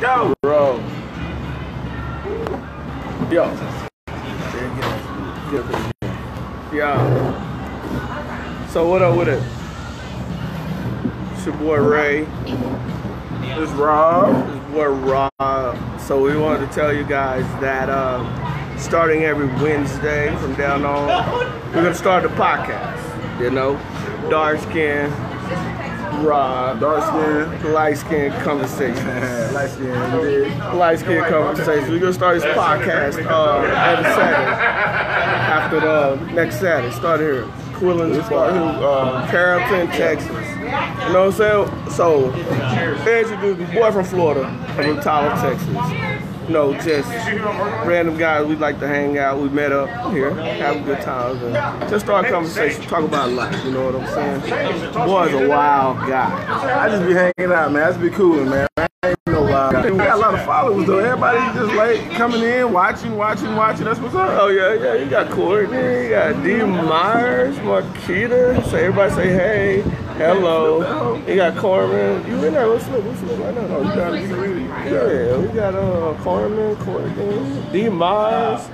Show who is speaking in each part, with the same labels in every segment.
Speaker 1: Go.
Speaker 2: Bro. Yo. Yeah. So what up with it? It's your boy Ray.
Speaker 1: It's Rob.
Speaker 2: This boy Rob. So we wanted to tell you guys that um, starting every Wednesday from down on, we're gonna start the podcast. You know, dark skin, Rob,
Speaker 1: Dark skin.
Speaker 2: light skin conversation.
Speaker 1: Light skin. bitch.
Speaker 2: Light skin conversation. We're gonna start this podcast uh, every Saturday after the uh, next Saturday. Start here, Quillen's
Speaker 1: Start who?
Speaker 2: Park.
Speaker 1: Uh,
Speaker 2: Carrollton, Texas. You know what I'm saying? So, introduce the boy from Florida, from Tyler, Texas. You know, just random guys we like to hang out. We met up here, have a good time, and just start a conversation, talk about life. You know what I'm saying? Boy's a wild guy.
Speaker 1: I just be hanging out, man. I just be cooling, man. I ain't no wild. guy. We got a lot of followers though. Everybody just like coming in, watching, watching, watching. That's what's up.
Speaker 2: Oh yeah, yeah. You got Courtney, you got D Myers, Marquita. So everybody say hey, hello. You got Carmen. You in there? Let's look. Let's look right now.
Speaker 1: You got you really, you got
Speaker 2: Yeah, we got uh Carmen, Courtney, D Miles,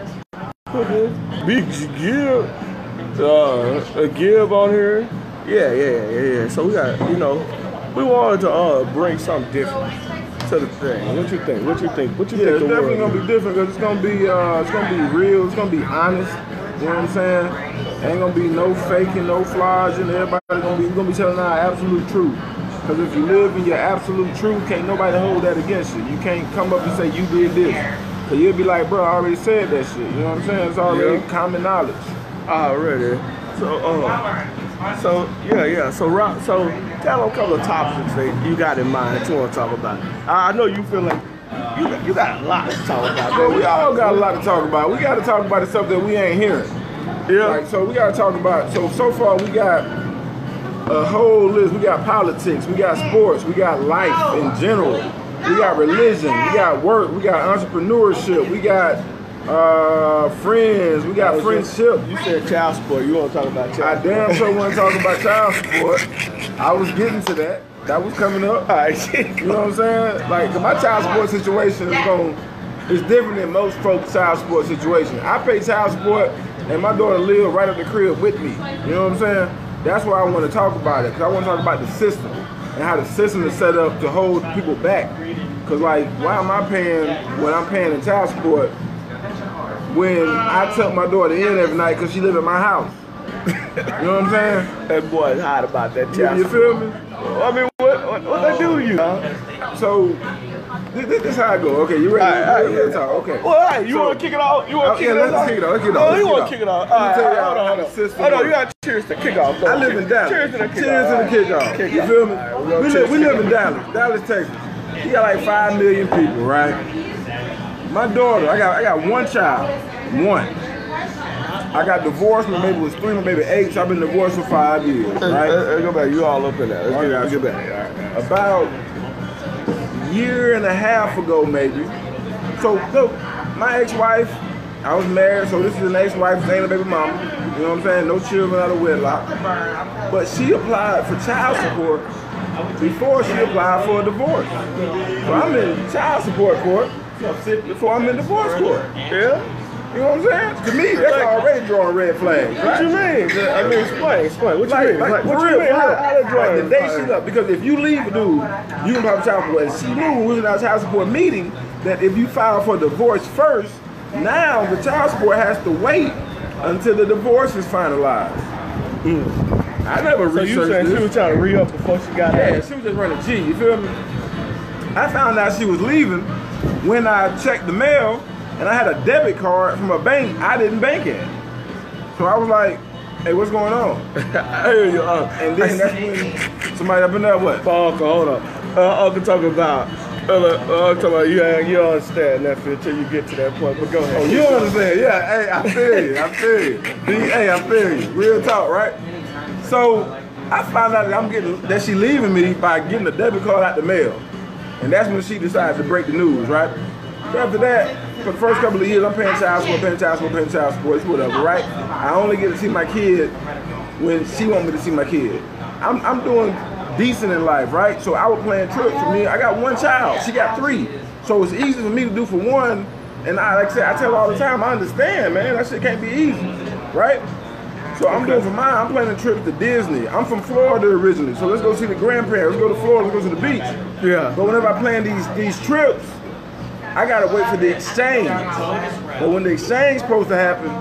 Speaker 2: Big Gib, uh, a Gib on here. Yeah, yeah, yeah, yeah. So we got, you know, we wanted to uh bring something different to the thing. What you think? What you think? What you
Speaker 1: Yeah,
Speaker 2: think?
Speaker 1: it's
Speaker 2: the
Speaker 1: definitely
Speaker 2: world-
Speaker 1: gonna be different because it's gonna be uh, it's gonna be real. It's gonna be honest. You know what I'm saying? Ain't gonna be no faking, no flaws, and everybody gonna be we gonna be telling our absolute truth. Because if you live in your absolute truth, can't nobody hold that against you. You can't come up and say you did this. Cause you'll be like, bro, I already said that shit. You know what I'm saying? It's already
Speaker 2: Yeah.
Speaker 1: common knowledge.
Speaker 2: Already. Ah, So, uh, so yeah, yeah. So, Rob, so tell them a couple of topics that you got in mind that you want to talk about. I I know you feel like you got, you got a lot to talk about.
Speaker 1: But
Speaker 2: baby.
Speaker 1: we all got a lot to talk about. We got to talk about the stuff that we ain't hearing.
Speaker 2: yeah.
Speaker 1: Like, so we gotta talk about. So so far we got a whole list. We got politics. We got sports. We got life in general. We got religion. We got work. We got entrepreneurship. We got uh, friends. We got friendship.
Speaker 2: You said child support. You want to talk about
Speaker 1: I
Speaker 2: child?
Speaker 1: damn sure want to talk about child support. I was getting to that. That was coming up.
Speaker 2: All right.
Speaker 1: You know what I'm saying? Like 'cause my child support situation is going is different than most folks' child support situation. I pay child support, and my daughter live right up the crib with me. You know what I'm saying? That's why I want to talk about it, cause I want to talk about the system and how the system is set up to hold people back. Cause like, why am I paying what I'm paying in child support when I took my daughter in every night because she live in my house? you know what I'm saying?
Speaker 2: that boy's hot about that
Speaker 1: You-
Speaker 2: child
Speaker 1: you
Speaker 2: support.
Speaker 1: feel me?
Speaker 2: I mean, what what, what they do to you? Huh?
Speaker 1: So this, this, is how I go. Okay, you ready?
Speaker 2: All right, all right,
Speaker 1: Ready to
Speaker 2: yeah.
Speaker 1: talk? Okay.
Speaker 2: Well, all right, you
Speaker 1: So-
Speaker 2: want to kick it off? You
Speaker 1: Oh,
Speaker 2: want to
Speaker 1: yeah,
Speaker 2: kick,
Speaker 1: let's kick it off. Let's kick it
Speaker 2: No,
Speaker 1: off. Let's
Speaker 2: you
Speaker 1: kick
Speaker 2: want to
Speaker 1: it off.
Speaker 2: kick it off?
Speaker 1: Let
Speaker 2: All
Speaker 1: me
Speaker 2: right,
Speaker 1: tell y'all
Speaker 2: hold on,
Speaker 1: how
Speaker 2: hold
Speaker 1: the
Speaker 2: on.
Speaker 1: system
Speaker 2: Hold on, you
Speaker 1: works.
Speaker 2: got to cheers to kick off.
Speaker 1: I live in Dallas.
Speaker 2: Cheers to the kick
Speaker 1: Cheers
Speaker 2: off.
Speaker 1: to the kickoff.
Speaker 2: Kick
Speaker 1: you
Speaker 2: off.
Speaker 1: feel me?
Speaker 2: All right,
Speaker 1: we,
Speaker 2: cheers
Speaker 1: live, we
Speaker 2: to
Speaker 1: live
Speaker 2: kick
Speaker 1: in Dallas, Dallas, Texas. You got like five million people, right? My daughter, I got I got one child, one. I got divorced when baby was three, my baby eight. So I've been divorced for five years,
Speaker 2: Uh,
Speaker 1: right?
Speaker 2: go back. You all up in there.
Speaker 1: Oh,
Speaker 2: Let's
Speaker 1: yeah,
Speaker 2: get
Speaker 1: I
Speaker 2: back.
Speaker 1: see.
Speaker 2: Let's get back.
Speaker 1: about a year and a half ago, maybe. So, so my ex-wife, I was married, so this is an ex-wife, this ain't a baby mama. You know what I'm saying? No children out of wedlock. But she applied for child support before she applied for a divorce. So I'm in child support court before I'm in divorce court.
Speaker 2: Yeah?
Speaker 1: You know what I'm saying? To me, that's already drawing red flags.
Speaker 2: What you mean? I mean, explain, explain. What you
Speaker 1: Like,
Speaker 2: mean?
Speaker 1: like,
Speaker 2: Like,
Speaker 1: for
Speaker 2: what you
Speaker 1: real,
Speaker 2: mean?
Speaker 1: for
Speaker 2: How,
Speaker 1: real.
Speaker 2: how did
Speaker 1: Like, the
Speaker 2: Jordan
Speaker 1: day she left, because if you leave a dude, you don't have child support. And she knew when we was in our child support meeting that if you file for divorce first, now the child support has to wait until the divorce is finalized. I never
Speaker 2: Hmm. So
Speaker 1: researched
Speaker 2: you saying
Speaker 1: this.
Speaker 2: she was trying to re up before she got
Speaker 1: Yeah,
Speaker 2: out?
Speaker 1: she was just running G, you feel me? I found out she was leaving when I checked the mail and I had a debit card from a bank I didn't bank at. So I was like, hey, what's going on?
Speaker 2: I hear you. Uh,
Speaker 1: And then that's when somebody up in there, what?
Speaker 2: Oh, Uncle, hold on. Uh, Uncle talking about, uh, uh, Uncle talking about, yeah, you don't understand nothing until you get to that point. But go ahead.
Speaker 1: Oh, you understand? Yeah. Hey, I feel you. I feel you. D- Hey, I feel you. Real talk, right? So I found out that I'm getting that she leaving me by getting a debit card out the mail, and that's when she decided to break the news, right? So after that, for the first couple of years, I'm paying child support, paying child support, paying child support, it's whatever, right? I only get to see my kid when she want me to see my kid. I'm, I'm doing decent in life, right? So I was planning trips for me. I got one child. She got three. So it's easy for me to do for one, and I like I said, I tell her all the time, I understand, man. That shit can't be easy, right? So I'm doing for mine. I'm planning trips to Disney. I'm from Florida originally, so let's go see the grandparents. Let's go to Florida. Let's go to the beach.
Speaker 2: Yeah.
Speaker 1: But whenever I plan these these trips, I gotta wait for the exchange. But when the exchange supposed to happen,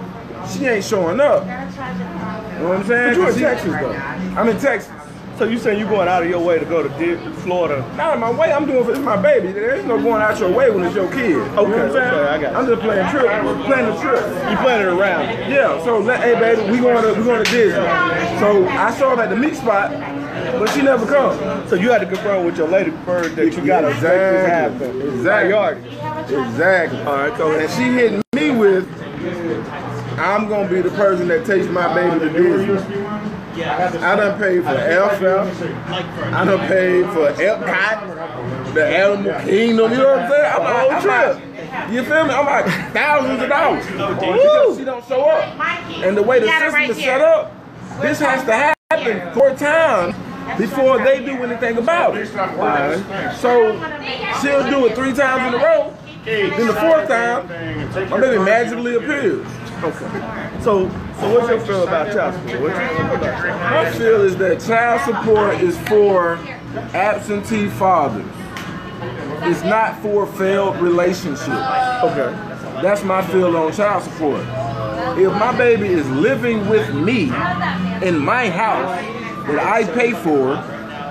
Speaker 1: she ain't showing up. You know what I'm
Speaker 2: But you're
Speaker 1: saying?
Speaker 2: in
Speaker 1: 'Cause she-
Speaker 2: Texas, though.
Speaker 1: I'm in Texas.
Speaker 2: So you saying you going out of your way to go to Di- Florida?
Speaker 1: Not in my way. I'm doing for it's my baby. There is no going out your way when it's your kid. Okay,
Speaker 2: Okay, okay, I got you.
Speaker 1: I'm just playing trip, planning a trip.
Speaker 2: You planning around?
Speaker 1: Yeah, so let, hey baby, we going to we going to Disney. So I saw her at the meat spot, but she never come.
Speaker 2: So you had to confirm with your lady bird that you got to make this
Speaker 1: Exactly.
Speaker 2: happen.
Speaker 1: Exactly.
Speaker 2: Priority.
Speaker 1: Exactly. All right, cool. And she hit me with, I'm gonna be the person that takes my baby to Disney. I done paid for FF. I done paid for Epcot, the Animal Kingdom. You know what I'm saying? I'm on a whole trip. You feel me? I'm like thousands of dollars. Because she don't show up. And the way the
Speaker 3: You got it
Speaker 1: system
Speaker 3: right
Speaker 1: is
Speaker 3: here.
Speaker 1: set up, this has to happen four times before they do anything about it. So she'll do it three times in a row. Then the fourth time, my baby magically appears.
Speaker 2: So, so what's your feel about child support? What you feel about child
Speaker 1: My feel is that child support is for absentee fathers. It's not for failed relationships. Okay. That's my feel on child support. If my baby is living with me in my house that I pay for,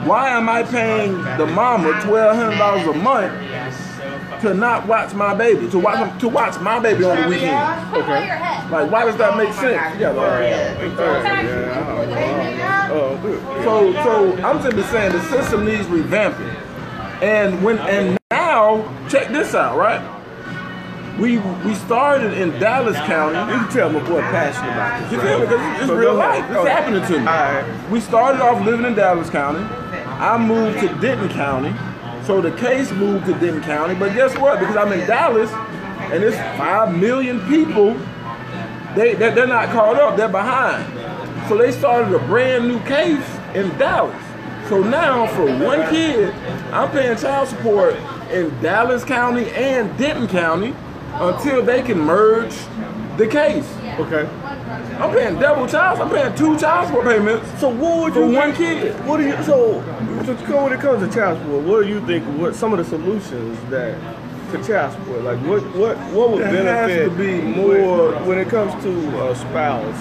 Speaker 1: why am I paying the mama twelve hundred dollars a month to not watch my baby? To watch to watch my baby on the weekend.
Speaker 4: Put it on your head.
Speaker 1: Like why does that make sense? Yeah, So, so I'm simply saying the system needs revamping, and when and now check this out, right? We we started in Dallas County. You can tell my boy passionate about this. You feel me? 'Cause it's- it's
Speaker 2: So
Speaker 1: real
Speaker 2: go ahead.
Speaker 1: life. It's happening to me. We started off living in Dallas County. I moved to Denton County, so the case moved to Denton County. But guess what? Because I'm in Dallas, and it's five million people they, they they're not caught up. They're behind. So they started a brand new case in Dallas. So now for one kid, I'm paying child support in Dallas County and Denton County until they can merge the case.
Speaker 2: Okay.
Speaker 1: I'm paying double child. I'm paying two child support payments
Speaker 2: So what would
Speaker 1: for
Speaker 2: you?
Speaker 1: one kid.
Speaker 2: What do you? So, so when it comes to child support, what do you think? What some of the solutions that to child support? Like what? What? What would
Speaker 1: There has
Speaker 2: benefit
Speaker 1: to be
Speaker 2: when-
Speaker 1: more-
Speaker 2: when, it comes to a spouse?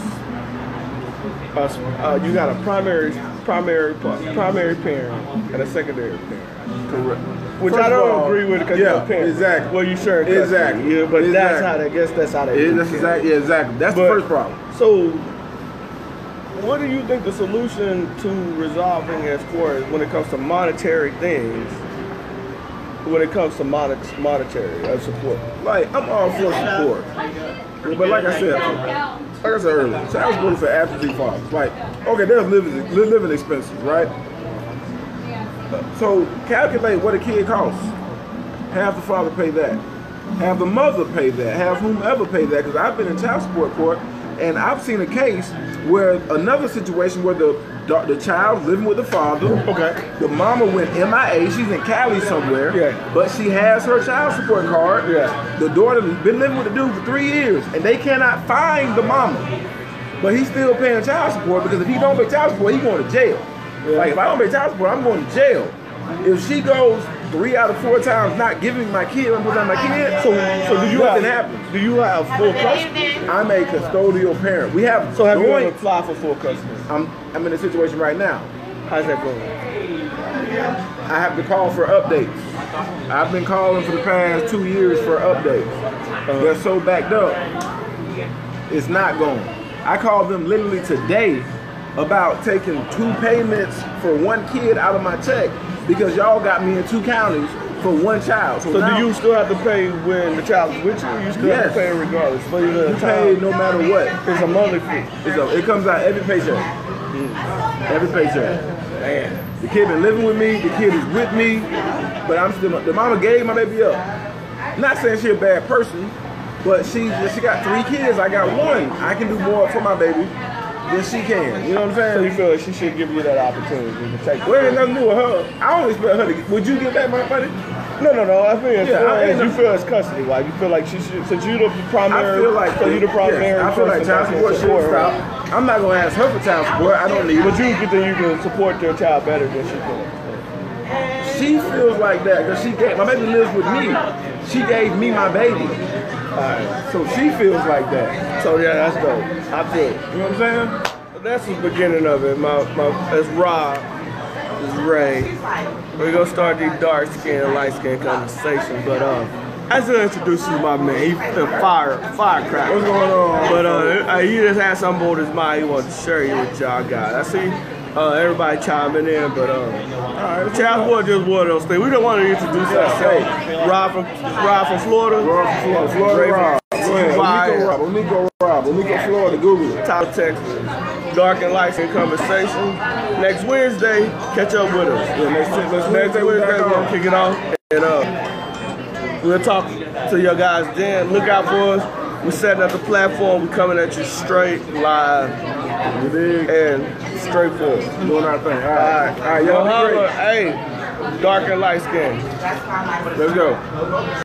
Speaker 2: a s- uh, you got a primary, primary, pa- primary parent and a secondary parent.
Speaker 1: Correct.
Speaker 2: Which I don't agree with because you're
Speaker 1: yeah,
Speaker 2: a parent.
Speaker 1: exactly.
Speaker 2: Well, you share custody.
Speaker 1: Exactly.
Speaker 2: Yeah, but that's
Speaker 1: Exactly.
Speaker 2: how. They, I guess that's how they.
Speaker 1: Yeah,
Speaker 2: do
Speaker 1: that's
Speaker 2: it.
Speaker 1: exactly. Yeah, exactly. That's
Speaker 2: But-
Speaker 1: the first problem.
Speaker 2: So, what do you think the solution to resolving as far as when it comes to monetary things? When it comes to monet- monetary uh, support,
Speaker 1: Like I'm all for support, but like I said, like I said earlier, child support is for absentee fathers. Like, okay, there's living li- living expenses, right? So calculate what a kid costs. Have the father pay that. Have the mother pay that. Have whomever pay that. Because I've been in child support court, and I've seen a case where another situation where the da- the child living with the father.
Speaker 2: Okay.
Speaker 1: The mama went MIA. She's in Cali somewhere.
Speaker 2: Yeah.
Speaker 1: But she has her child support card.
Speaker 2: Yeah.
Speaker 1: The daughter been living with the dude for three years, and they cannot find the mama. But he's still paying child support because if he don't pay child support, he going to jail. Like if I don't pay child support, I'm going to jail. If she goes three out of four times not giving my kid, I'm putting my kid.
Speaker 2: so so do you
Speaker 1: nothing
Speaker 2: have
Speaker 1: happens?
Speaker 2: do you have full custody?
Speaker 1: I'm a custodial parent. We have
Speaker 2: So have you
Speaker 1: joint-
Speaker 2: ever applied for full custody?
Speaker 1: I'm I'm in a situation right now.
Speaker 2: How's that going?
Speaker 1: I have to call for updates. I've been calling for the past two years for updates. They're so backed up. It's not going. I called them literally today about taking two payments for one kid out of my check because y'all got me in two counties for one child.
Speaker 2: So
Speaker 1: now
Speaker 2: do you still have to pay when the child is with you? You still have
Speaker 1: Yes.
Speaker 2: to pay regardless. But the
Speaker 1: you pay
Speaker 2: child
Speaker 1: no matter what?
Speaker 2: is a monthly fee.
Speaker 1: It's a, it comes out every paycheck. Every paycheck. The kid been living with me. The kid is with me. But I'm still. The mama gave my baby up. Not saying she a bad person, but she she got three kids. I got one. I can do more for my baby than she can. You know what I'm
Speaker 2: So you
Speaker 1: saying?
Speaker 2: feel like she should give you that opportunity to take.
Speaker 1: Well, ain't nothing new with her. I don't expect her to. Would you give back my money?
Speaker 2: No, no, no. I feel as
Speaker 1: Yeah,
Speaker 2: far
Speaker 1: I- uh,
Speaker 2: as you feel as custody wife, you feel like she should, since you the primary,
Speaker 1: I feel like
Speaker 2: so you the primary.
Speaker 1: yes, I feel like
Speaker 2: person that
Speaker 1: child
Speaker 2: can
Speaker 1: support should
Speaker 2: support her.
Speaker 1: stop. I'm not gonna ask her for child support. I don't need
Speaker 2: But
Speaker 1: it.
Speaker 2: you get that you can support their child better than she can.
Speaker 1: She feels like that because she gave my baby lives with me. She gave me my baby, so she feels like that.
Speaker 2: So yeah, that's dope. I feel. it.
Speaker 1: You know what I'm saying?
Speaker 2: That's the beginning of it. My, my, it's Rob, it's Ray. We're gonna start these dark skin, light skin conversations, but um, I should introduce you to my man. He the fire, firecracker.
Speaker 1: What's going on?
Speaker 2: But uh, uh, he just had something on his mind. He wants to share it with y'all guys. I see uh, everybody chiming in, but um,
Speaker 1: All right.
Speaker 2: Chad Ward just one of those things. We don't want to introduce ourselves. Rob from Rob from Florida.
Speaker 1: Rob from Florida,
Speaker 2: Ray
Speaker 1: Florida
Speaker 2: from
Speaker 1: Rob. Go ahead.
Speaker 2: Fire.
Speaker 1: Onico Rob, Onico Rob, Onico Florida, Google it.
Speaker 2: Tyler, Texas. Dark and Lights and Conversation. Next Wednesday, catch up with us.
Speaker 1: Yeah, next, next
Speaker 2: Next Wednesday,
Speaker 1: Wednesday we're
Speaker 2: we're
Speaker 1: back
Speaker 2: gonna
Speaker 1: on.
Speaker 2: kick it off. And uh, we'll talk to your guys then. Look out for us. We're setting up the platform. We're coming at you straight, live,
Speaker 1: You dig?
Speaker 2: and straightforward.
Speaker 1: Doing our thing. All right, all right,
Speaker 2: Yo,
Speaker 1: y'all be
Speaker 2: holla.
Speaker 1: great.
Speaker 2: Hey, dark and light skin.
Speaker 1: Let's go.